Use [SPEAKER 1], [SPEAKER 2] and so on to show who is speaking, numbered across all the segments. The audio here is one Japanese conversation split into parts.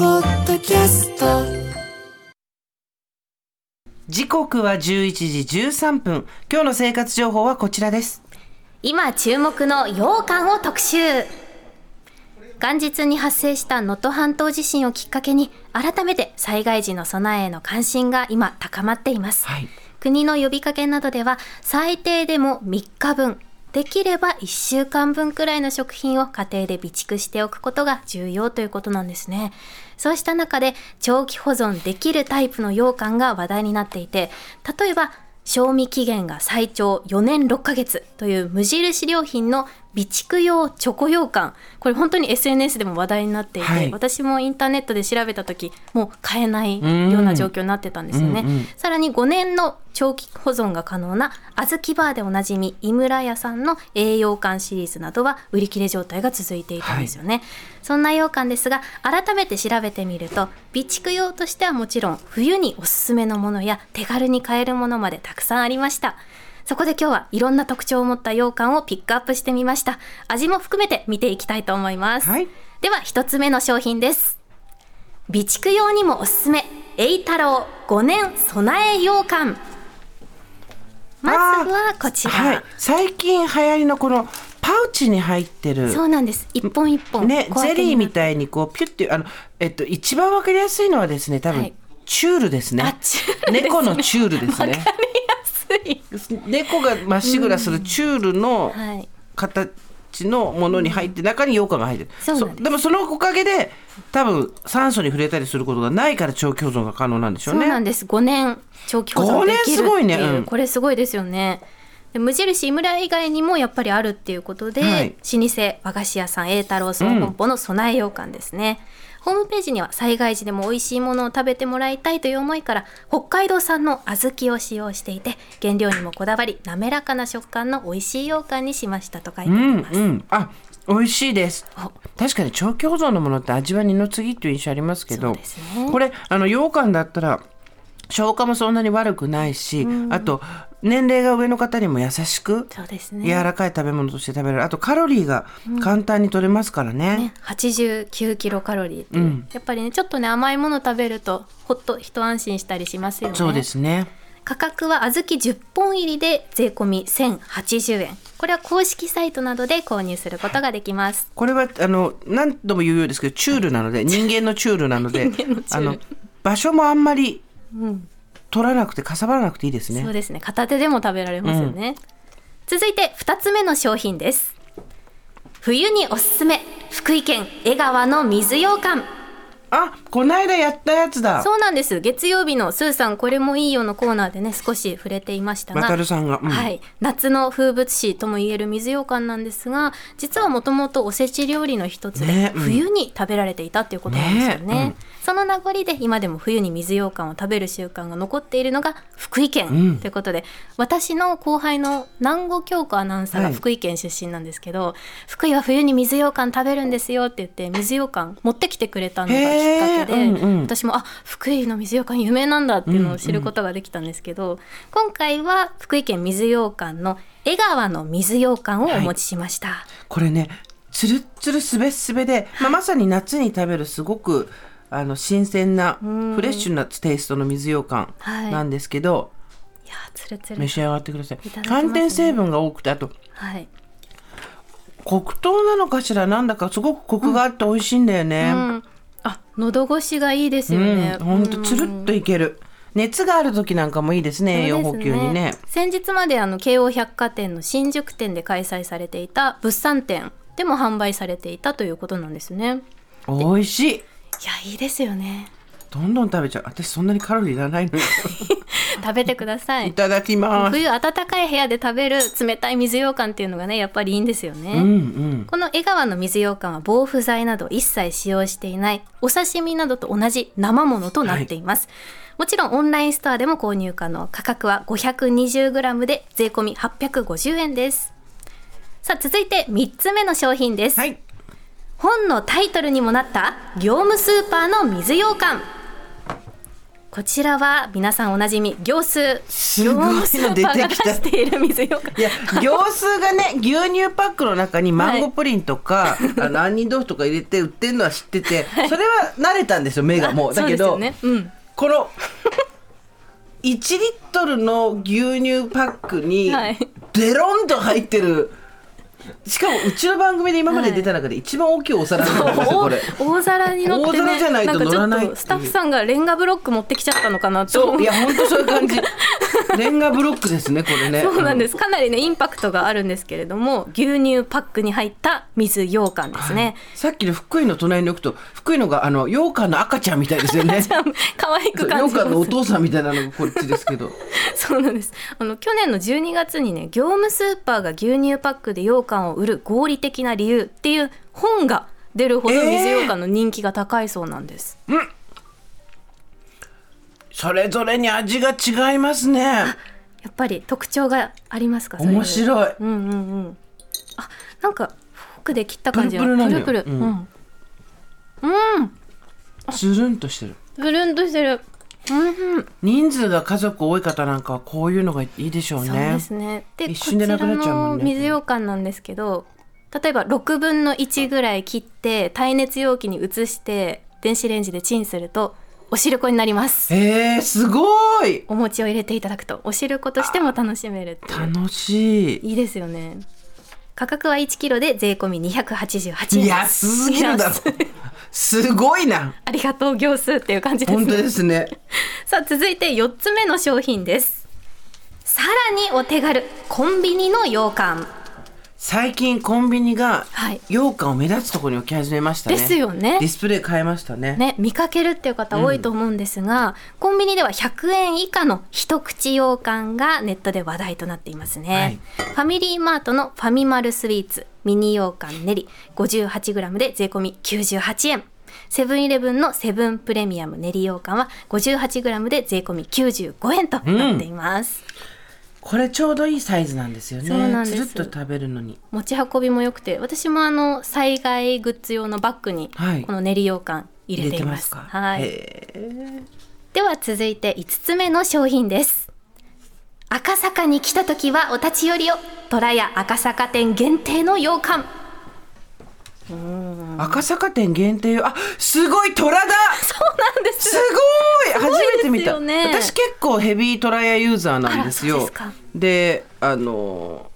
[SPEAKER 1] キャスト
[SPEAKER 2] 時刻は11時13分今日の生活情報はこちらです
[SPEAKER 3] 今注目の羊羹を特集元日に発生した能登半島地震をきっかけに改めて災害時の備えへの関心が今高まっています、
[SPEAKER 2] はい
[SPEAKER 3] 国の呼びかけなどでは最低でも3日分できれば1週間分くらいの食品を家庭で備蓄しておくことが重要ということなんですねそうした中で長期保存できるタイプの羊羹が話題になっていて例えば賞味期限が最長4年6ヶ月という無印良品の備蓄用チョコ羊羹これ本当に SNS でも話題になっていて、
[SPEAKER 2] はい
[SPEAKER 3] 私もインターネットで調べた時もう買えないような状況になってたんですよね、
[SPEAKER 2] うんうん
[SPEAKER 3] さらに5年の長期保存が可能な小豆バーでおなじみ井村屋さんの栄養館シリーズなどは売り切れ状態が続いていたんですよね、そんな羊羹ですが改めて調べてみると備蓄用としてはもちろん冬におすすめのものや手軽に買えるものまでたくさんありましたそこで今日はいろんな特徴を持った羊羹をピックアップしてみました味も含めて見ていきたいと思います、
[SPEAKER 2] はい
[SPEAKER 3] では一つ目の商品です備蓄用にもおすすめ栄太郎5年備え羊羹まずはこちら、
[SPEAKER 2] はい最近流行りのこのパウチに入ってる
[SPEAKER 3] そうなんです一本一本
[SPEAKER 2] ねゼリーみ
[SPEAKER 3] い
[SPEAKER 2] たいにこうピュッてあのえっと一番わかりやすいのはですね多分、
[SPEAKER 3] はい
[SPEAKER 2] チュールですね
[SPEAKER 3] あチュールですね
[SPEAKER 2] 猫のチュールですね
[SPEAKER 3] 安い
[SPEAKER 2] 猫がまっしぐらするチュールの
[SPEAKER 3] はい
[SPEAKER 2] 形のものに入って中に羊羹が入ってる、
[SPEAKER 3] そうなんです
[SPEAKER 2] もそのおかげで多分酸素に触れたりすることがないから長期保存が可能なんでしょ
[SPEAKER 3] そう
[SPEAKER 2] ね
[SPEAKER 3] うなんです5年長期保存できるってい
[SPEAKER 2] 五年す
[SPEAKER 3] う
[SPEAKER 2] ごいねうん
[SPEAKER 3] これすごいですよねで無印井村屋以外にもやっぱりあるっていうことで、
[SPEAKER 2] はい
[SPEAKER 3] 老舗和菓子屋さん栄太郎総本舗の備え羊羹ですね、ホームページには災害時でも美味しいものを食べてもらいたいという思いから北海道産の小豆を使用していて原料にもこだわり滑らかな食感の美味しい羊羹にしましたと書いてあ
[SPEAKER 2] う
[SPEAKER 3] り
[SPEAKER 2] ん
[SPEAKER 3] ます、
[SPEAKER 2] うんあ美味しいです
[SPEAKER 3] お
[SPEAKER 2] 確かに長期保存のものって味は二の次っていう印象ありますけ
[SPEAKER 3] そ
[SPEAKER 2] ど、
[SPEAKER 3] うですね
[SPEAKER 2] これあの羊羹だったら消化もそんなに悪くないし、あと年齢が上の方にも優しく
[SPEAKER 3] そうです
[SPEAKER 2] 柔
[SPEAKER 3] ね
[SPEAKER 2] らかい食べ物として食べられるあとカロリーが簡単に取れますからね,、
[SPEAKER 3] ね、89キロカロリーっていう、やっぱりねちょっとね甘いもの食べるとほっと一安心したりしますよね
[SPEAKER 2] そうですね
[SPEAKER 3] 価格は小豆10本入りで税込み1080円これは公式サイトなどで購入することができます
[SPEAKER 2] これはあの何度も言うようですけどチュールなので人間のチュールなので
[SPEAKER 3] 人間のチュ
[SPEAKER 2] あ
[SPEAKER 3] ール
[SPEAKER 2] の場所もあんまり取らなくてかさばらなくていいです
[SPEAKER 3] そう
[SPEAKER 2] ね。
[SPEAKER 3] ですね片手でも食べられますよね、続いて2つ目の商品です冬におすすめ福井県江川の水羊羹
[SPEAKER 2] あこないだやったやつだ
[SPEAKER 3] そうなんです月曜日のスーさんこれもいいよのコーナーでね少し触れていましたが
[SPEAKER 2] 渡るさんが。うん
[SPEAKER 3] はい、夏の風物詩ともいえる水羊羹なんですが実はもともとおせち料理の一つで、
[SPEAKER 2] ねうん
[SPEAKER 3] 冬に食べられていたということなんですよね
[SPEAKER 2] ね
[SPEAKER 3] その名残で今でも冬に水羊羹を食べる習慣が残っているのが福井県、
[SPEAKER 2] うん
[SPEAKER 3] ということで私の後輩の南後京子アナウンサー
[SPEAKER 2] は
[SPEAKER 3] が
[SPEAKER 2] い
[SPEAKER 3] 福井県出身なんですけど、福井は冬に水羊羹食べるんですよって言って水羊羹持ってきてくれたのがきっかけで、
[SPEAKER 2] へーうんうん
[SPEAKER 3] 私もあ福井の水羊羹有名なんだっていうのを知ることができたんですけど、今回は福井県水羊羹の江川の水羊羹をお持ちしました、
[SPEAKER 2] これねつるっつるすべすべで、まあ、まさに夏に食べるすごくあの新鮮なフレッシュなテイストの水羊羹
[SPEAKER 3] はい
[SPEAKER 2] なんですけど、
[SPEAKER 3] い、やーつるつる
[SPEAKER 2] 召し上がってください
[SPEAKER 3] いただきますね
[SPEAKER 2] 寒天成分が多くてあと
[SPEAKER 3] はい、
[SPEAKER 2] 黒糖なのかしらなんだかすごくコクがあって美味しいんだよ
[SPEAKER 3] う
[SPEAKER 2] ね。
[SPEAKER 3] ん、あ喉越しがいいですよね、
[SPEAKER 2] うん、ほんとつるっといける。熱がある時なんかもいいですね、栄養補給にね
[SPEAKER 3] そう。です先日まであの京王百貨店の新宿店で開催されていた物産展でも販売されていたということなんですね
[SPEAKER 2] 美味しい。
[SPEAKER 3] いやいいですよね
[SPEAKER 2] どんどん食べちゃう。私そんなにカロリーいらないのに。
[SPEAKER 3] 食べてくださ
[SPEAKER 2] い
[SPEAKER 3] い
[SPEAKER 2] ただきます。
[SPEAKER 3] 冬暖かい部屋で食べる冷たい水羊羹っていうのがねやっぱりいいんですよね、
[SPEAKER 2] うんうん。
[SPEAKER 3] この江川の水羊羹は防腐剤など一切使用していないお刺身などと同じ生ものとなっています、もちろんオンラインストアでも購入可能価格は 520g で税込み850円ですさあ続いて3つ目の商品です、
[SPEAKER 2] はい。
[SPEAKER 3] 本のタイトルにもなった業務スーパーの水羊羹こちらは皆さんおなじみ行数
[SPEAKER 2] すごいの出てきた
[SPEAKER 3] 行数パンが出している水ようかん
[SPEAKER 2] いや行数がね牛乳パックの中にマンゴープリンと か、あの杏仁豆腐とか入れて売ってるのは知っててそれは慣れたんですよ目がもうだけ
[SPEAKER 3] そ
[SPEAKER 2] ど、
[SPEAKER 3] うですよね、うん
[SPEAKER 2] この1リットルの牛乳パックに
[SPEAKER 3] はい
[SPEAKER 2] デロンと入ってるしかもうちの番組で今まで出た中で一番大きいお皿なんですよこれ。
[SPEAKER 3] 大大皿に乗
[SPEAKER 2] 大
[SPEAKER 3] って
[SPEAKER 2] 皿
[SPEAKER 3] ね
[SPEAKER 2] じゃないと
[SPEAKER 3] んかちょ
[SPEAKER 2] 乗らないっ
[SPEAKER 3] っ
[SPEAKER 2] い
[SPEAKER 3] てと
[SPEAKER 2] う
[SPEAKER 3] スタッフさんがレンガブロック持ってきちゃったのかなと
[SPEAKER 2] そう
[SPEAKER 3] 思
[SPEAKER 2] いうや本当そういう感じレンガブロックですねこれね、
[SPEAKER 3] そうなんですすかなりねインパクトがあるんですけれども牛乳パックに入った水羊羹です
[SPEAKER 2] は
[SPEAKER 3] ね
[SPEAKER 2] い、さっきの福井の隣に置くと福井のがあの羊羹の赤ちゃんみたいですよ ね
[SPEAKER 3] 可愛
[SPEAKER 2] そ
[SPEAKER 3] く
[SPEAKER 2] う
[SPEAKER 3] 感
[SPEAKER 2] 羊
[SPEAKER 3] じま
[SPEAKER 2] 羹のお
[SPEAKER 3] す
[SPEAKER 2] 父さんみたいなのがこっちですけど
[SPEAKER 3] そうなんですあの去年の12月にね業務スーパーが牛乳パックで羊羹を売る合理的な理由っていう本が出るほど水羊羹の人気が高いそうなんです、
[SPEAKER 2] それぞれに味が違いますね
[SPEAKER 3] やっぱり特徴がありますかそれぞれ
[SPEAKER 2] 面白い
[SPEAKER 3] うんうんうん。あ、なんかフォークで切った感じが
[SPEAKER 2] プルプルなのよ
[SPEAKER 3] プルプル
[SPEAKER 2] う
[SPEAKER 3] うんん。うん。
[SPEAKER 2] つるんとしてる
[SPEAKER 3] ブルンとしてる。うん、
[SPEAKER 2] 人数が家族多い方なんかはこういうのがいいでしょう
[SPEAKER 3] そう
[SPEAKER 2] ね
[SPEAKER 3] で。すね。で、
[SPEAKER 2] 一瞬でなくなっちゃうもんね
[SPEAKER 3] こちらの水羊羹なんですけど、例えば6分の1ぐらい切って耐熱容器に移して電子レンジでチンするとお汁粉になります。
[SPEAKER 2] えー、すごい
[SPEAKER 3] お餅を入れていただくとお汁粉としても楽しめるっていう。
[SPEAKER 2] 楽しい。
[SPEAKER 3] いいですよね。価格は1キロで税込み288円です。
[SPEAKER 2] 安すぎるだろ
[SPEAKER 3] 安い。
[SPEAKER 2] すごいな。
[SPEAKER 3] ありがとう行数っていう感じです
[SPEAKER 2] 本当
[SPEAKER 3] ね。
[SPEAKER 2] ですね。
[SPEAKER 3] さあ続いて4つ目の商品ですさらにお手軽コンビニの羊羹
[SPEAKER 2] 最近コンビニが
[SPEAKER 3] はい
[SPEAKER 2] 羊羹を目立つところに置き始めましたね。
[SPEAKER 3] ですよね
[SPEAKER 2] ディスプレイ変えましたね。
[SPEAKER 3] ね、見かけるっていう方多いと思うんですが、コンビニでは100円以下の一口羊羹がネットで話題となっていますね、ファミリーマートのファミマルスイーツミニ羊羹練り 58g で税込み98円セブンイレブンのセブンプレミアム練り羊羹は 58g で税込み95円となっています、
[SPEAKER 2] これちょうどいいサイズなんですよね。
[SPEAKER 3] そうなんです
[SPEAKER 2] つるっと食べるのに。
[SPEAKER 3] 持ち運びも良くて私もあの災害グッズ用のバッグに
[SPEAKER 2] はい
[SPEAKER 3] この練り羊羹入れています,、
[SPEAKER 2] か。
[SPEAKER 3] はい、
[SPEAKER 2] へ
[SPEAKER 3] では続いて5つ目の商品です赤坂に来た時はお立ち寄りを虎屋赤坂店限定の羊羹
[SPEAKER 2] ー赤坂店限定よ。あ、すごい虎だ。
[SPEAKER 3] そうなんです
[SPEAKER 2] すごい
[SPEAKER 3] ごい
[SPEAKER 2] 初めて見
[SPEAKER 3] です
[SPEAKER 2] た、
[SPEAKER 3] よね
[SPEAKER 2] 私結構ヘビートライアーユーザーなんです
[SPEAKER 3] あ
[SPEAKER 2] よ
[SPEAKER 3] らそうですか
[SPEAKER 2] であの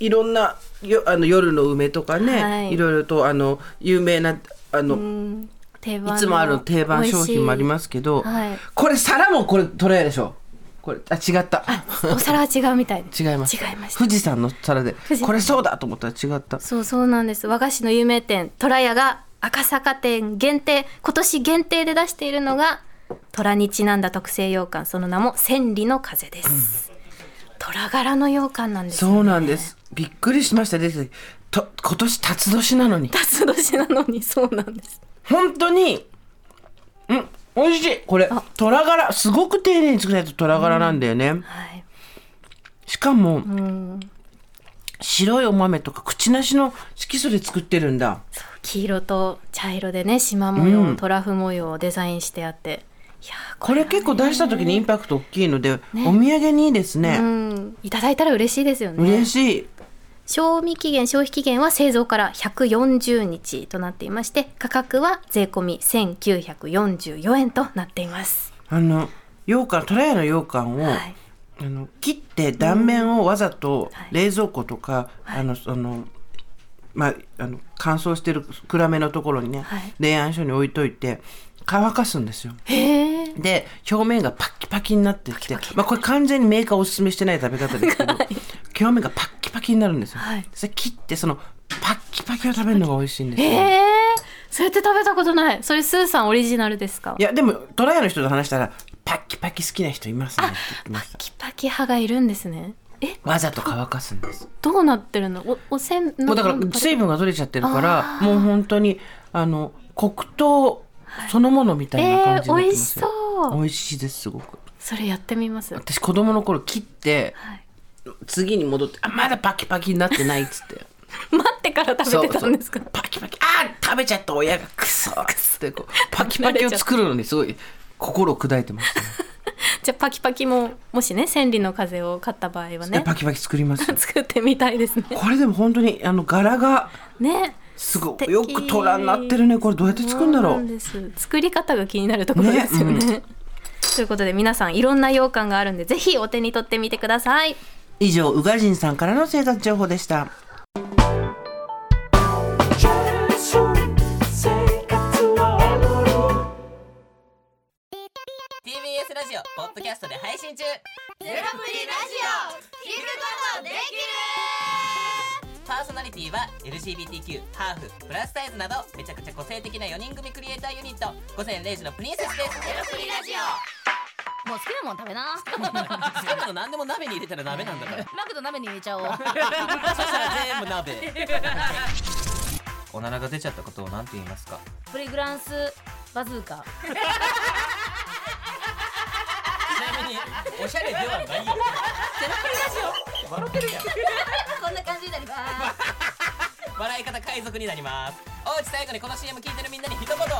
[SPEAKER 2] いろんなよあの夜の梅とかね、
[SPEAKER 3] はい
[SPEAKER 2] いろいろとあの有名なあの、
[SPEAKER 3] うん定番
[SPEAKER 2] い
[SPEAKER 3] の
[SPEAKER 2] つもある定番商品もあり
[SPEAKER 3] す
[SPEAKER 2] ますけど、
[SPEAKER 3] はい
[SPEAKER 2] これ皿もこれトライアーでしょこれあ違った
[SPEAKER 3] お皿は違うみたい
[SPEAKER 2] 違いました
[SPEAKER 3] 違いました
[SPEAKER 2] 富士山の皿で
[SPEAKER 3] 士山
[SPEAKER 2] これそうだと思ったら違った
[SPEAKER 3] そうそうなんです和菓子の有名店虎屋が赤坂店限定今年限定で出しているのが虎にちなんだ特製羊羹その名も千里の風です、虎柄の羊羹なんですよ
[SPEAKER 2] そうなんですびっくりしましたでと今年辰年なのに
[SPEAKER 3] 辰年なのにそうなんです
[SPEAKER 2] 本当にうん美味しいこれ虎柄すごく丁寧に作らないと虎柄なんだよね、
[SPEAKER 3] はい
[SPEAKER 2] しかも、白いお豆とか口なしの色素で作ってるんだ
[SPEAKER 3] そう黄色と茶色でね縞模様、トラフ模様をデザインしてあっていやー
[SPEAKER 2] これ結構出した時にインパクト大きいので、お土産にいいです
[SPEAKER 3] う
[SPEAKER 2] ね、
[SPEAKER 3] んいただいたら嬉しいですよね
[SPEAKER 2] 嬉しい
[SPEAKER 3] 賞味期限消費期限は製造から140日となっていまして価格は税込み1944円となっています
[SPEAKER 2] あの羊羹虎屋の羊羹を、
[SPEAKER 3] はい
[SPEAKER 2] あの切って断面をわざと
[SPEAKER 3] はい
[SPEAKER 2] 冷蔵庫とか、あのそのまああの乾燥してる暗めのところにね、
[SPEAKER 3] はい
[SPEAKER 2] 冷暗所に置いといて乾かすんですよ
[SPEAKER 3] へえ
[SPEAKER 2] で表面がパッキパキになってきてまあ、これ完全にメーカーおすすめしてない食べ方ですけど、表面がパッキパキになるんですよ、
[SPEAKER 3] はい
[SPEAKER 2] それ切ってそのパッキパキを食べるのが美味しいんです
[SPEAKER 3] へ
[SPEAKER 2] よ、
[SPEAKER 3] えそれって食べたことないそれスーさんオリジナルですか
[SPEAKER 2] いやでもトライアの人と話したらパッキパキ好きな人いますねって言ってま
[SPEAKER 3] パ
[SPEAKER 2] した
[SPEAKER 3] キパキ派がいるんですねえ
[SPEAKER 2] わざと乾かすんです
[SPEAKER 3] どうなってるのおおせん
[SPEAKER 2] もうだから水分が取れちゃってるからもう本当にあの黒糖そのものみたいな感じになってますよ、
[SPEAKER 3] えー美味しそう
[SPEAKER 2] 美味しいですすごく
[SPEAKER 3] それやってみます
[SPEAKER 2] 私子供の頃切って
[SPEAKER 3] はい
[SPEAKER 2] 次に戻ってあまだパキパキになってないっつって
[SPEAKER 3] 待ってから 食べてたんですか
[SPEAKER 2] そうそうパキパキあー食べちゃった親がクソっつってこうパキパキを作るのにすごい心砕いてます、ね
[SPEAKER 3] じゃあパキパキももしね千里の風を買った場合はね
[SPEAKER 2] パキパキ作ります
[SPEAKER 3] 作ってみたいですね
[SPEAKER 2] これでも本当にあの柄が
[SPEAKER 3] ね
[SPEAKER 2] すご
[SPEAKER 3] 素敵
[SPEAKER 2] いよく虎になってるねこれどうやって作るんだろ
[SPEAKER 3] そうなんです作り方が気になるところですよね
[SPEAKER 2] ね
[SPEAKER 3] ということで皆さんいろんな羊羹があるんでぜひお手に取ってみてください
[SPEAKER 2] 以上宇賀神さんからの生活情報でした
[SPEAKER 1] ラジオポッドキャストで配信中
[SPEAKER 4] ゼロプリラジオ聞くことでき
[SPEAKER 1] パーソナリティは LGBTQ ハーフプラスサイズなどめちゃくちゃ個性的な4人組クリエイターユニット午前0時のプリンセスですゼロプリラジ
[SPEAKER 4] るもう好きなもん食べな
[SPEAKER 1] オ好きなの何でも鍋に入れたら鍋なんだ から
[SPEAKER 4] マクド鍋に入れち ゃおう
[SPEAKER 1] そしたら全部鍋おならが出ちゃったことを何て言いますか
[SPEAKER 4] プリグランスバズーカ
[SPEAKER 1] ちなみにおしゃれではないよゼロプリラジオ笑ってるやん
[SPEAKER 4] こんな感じになります
[SPEAKER 1] 笑い方海賊になりますおうち最後にこの CM 聞いてるみんなに一言お前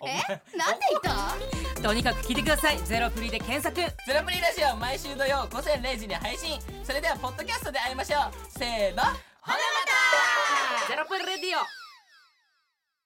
[SPEAKER 1] お前
[SPEAKER 4] なんで言った
[SPEAKER 5] とにかく聞いてくださいゼロプリで検索
[SPEAKER 1] ゼロプリラジオ毎週土曜午前0時に配信それではポッドキャストで会いましょうせーのほなまた
[SPEAKER 5] ゼロプリレディオ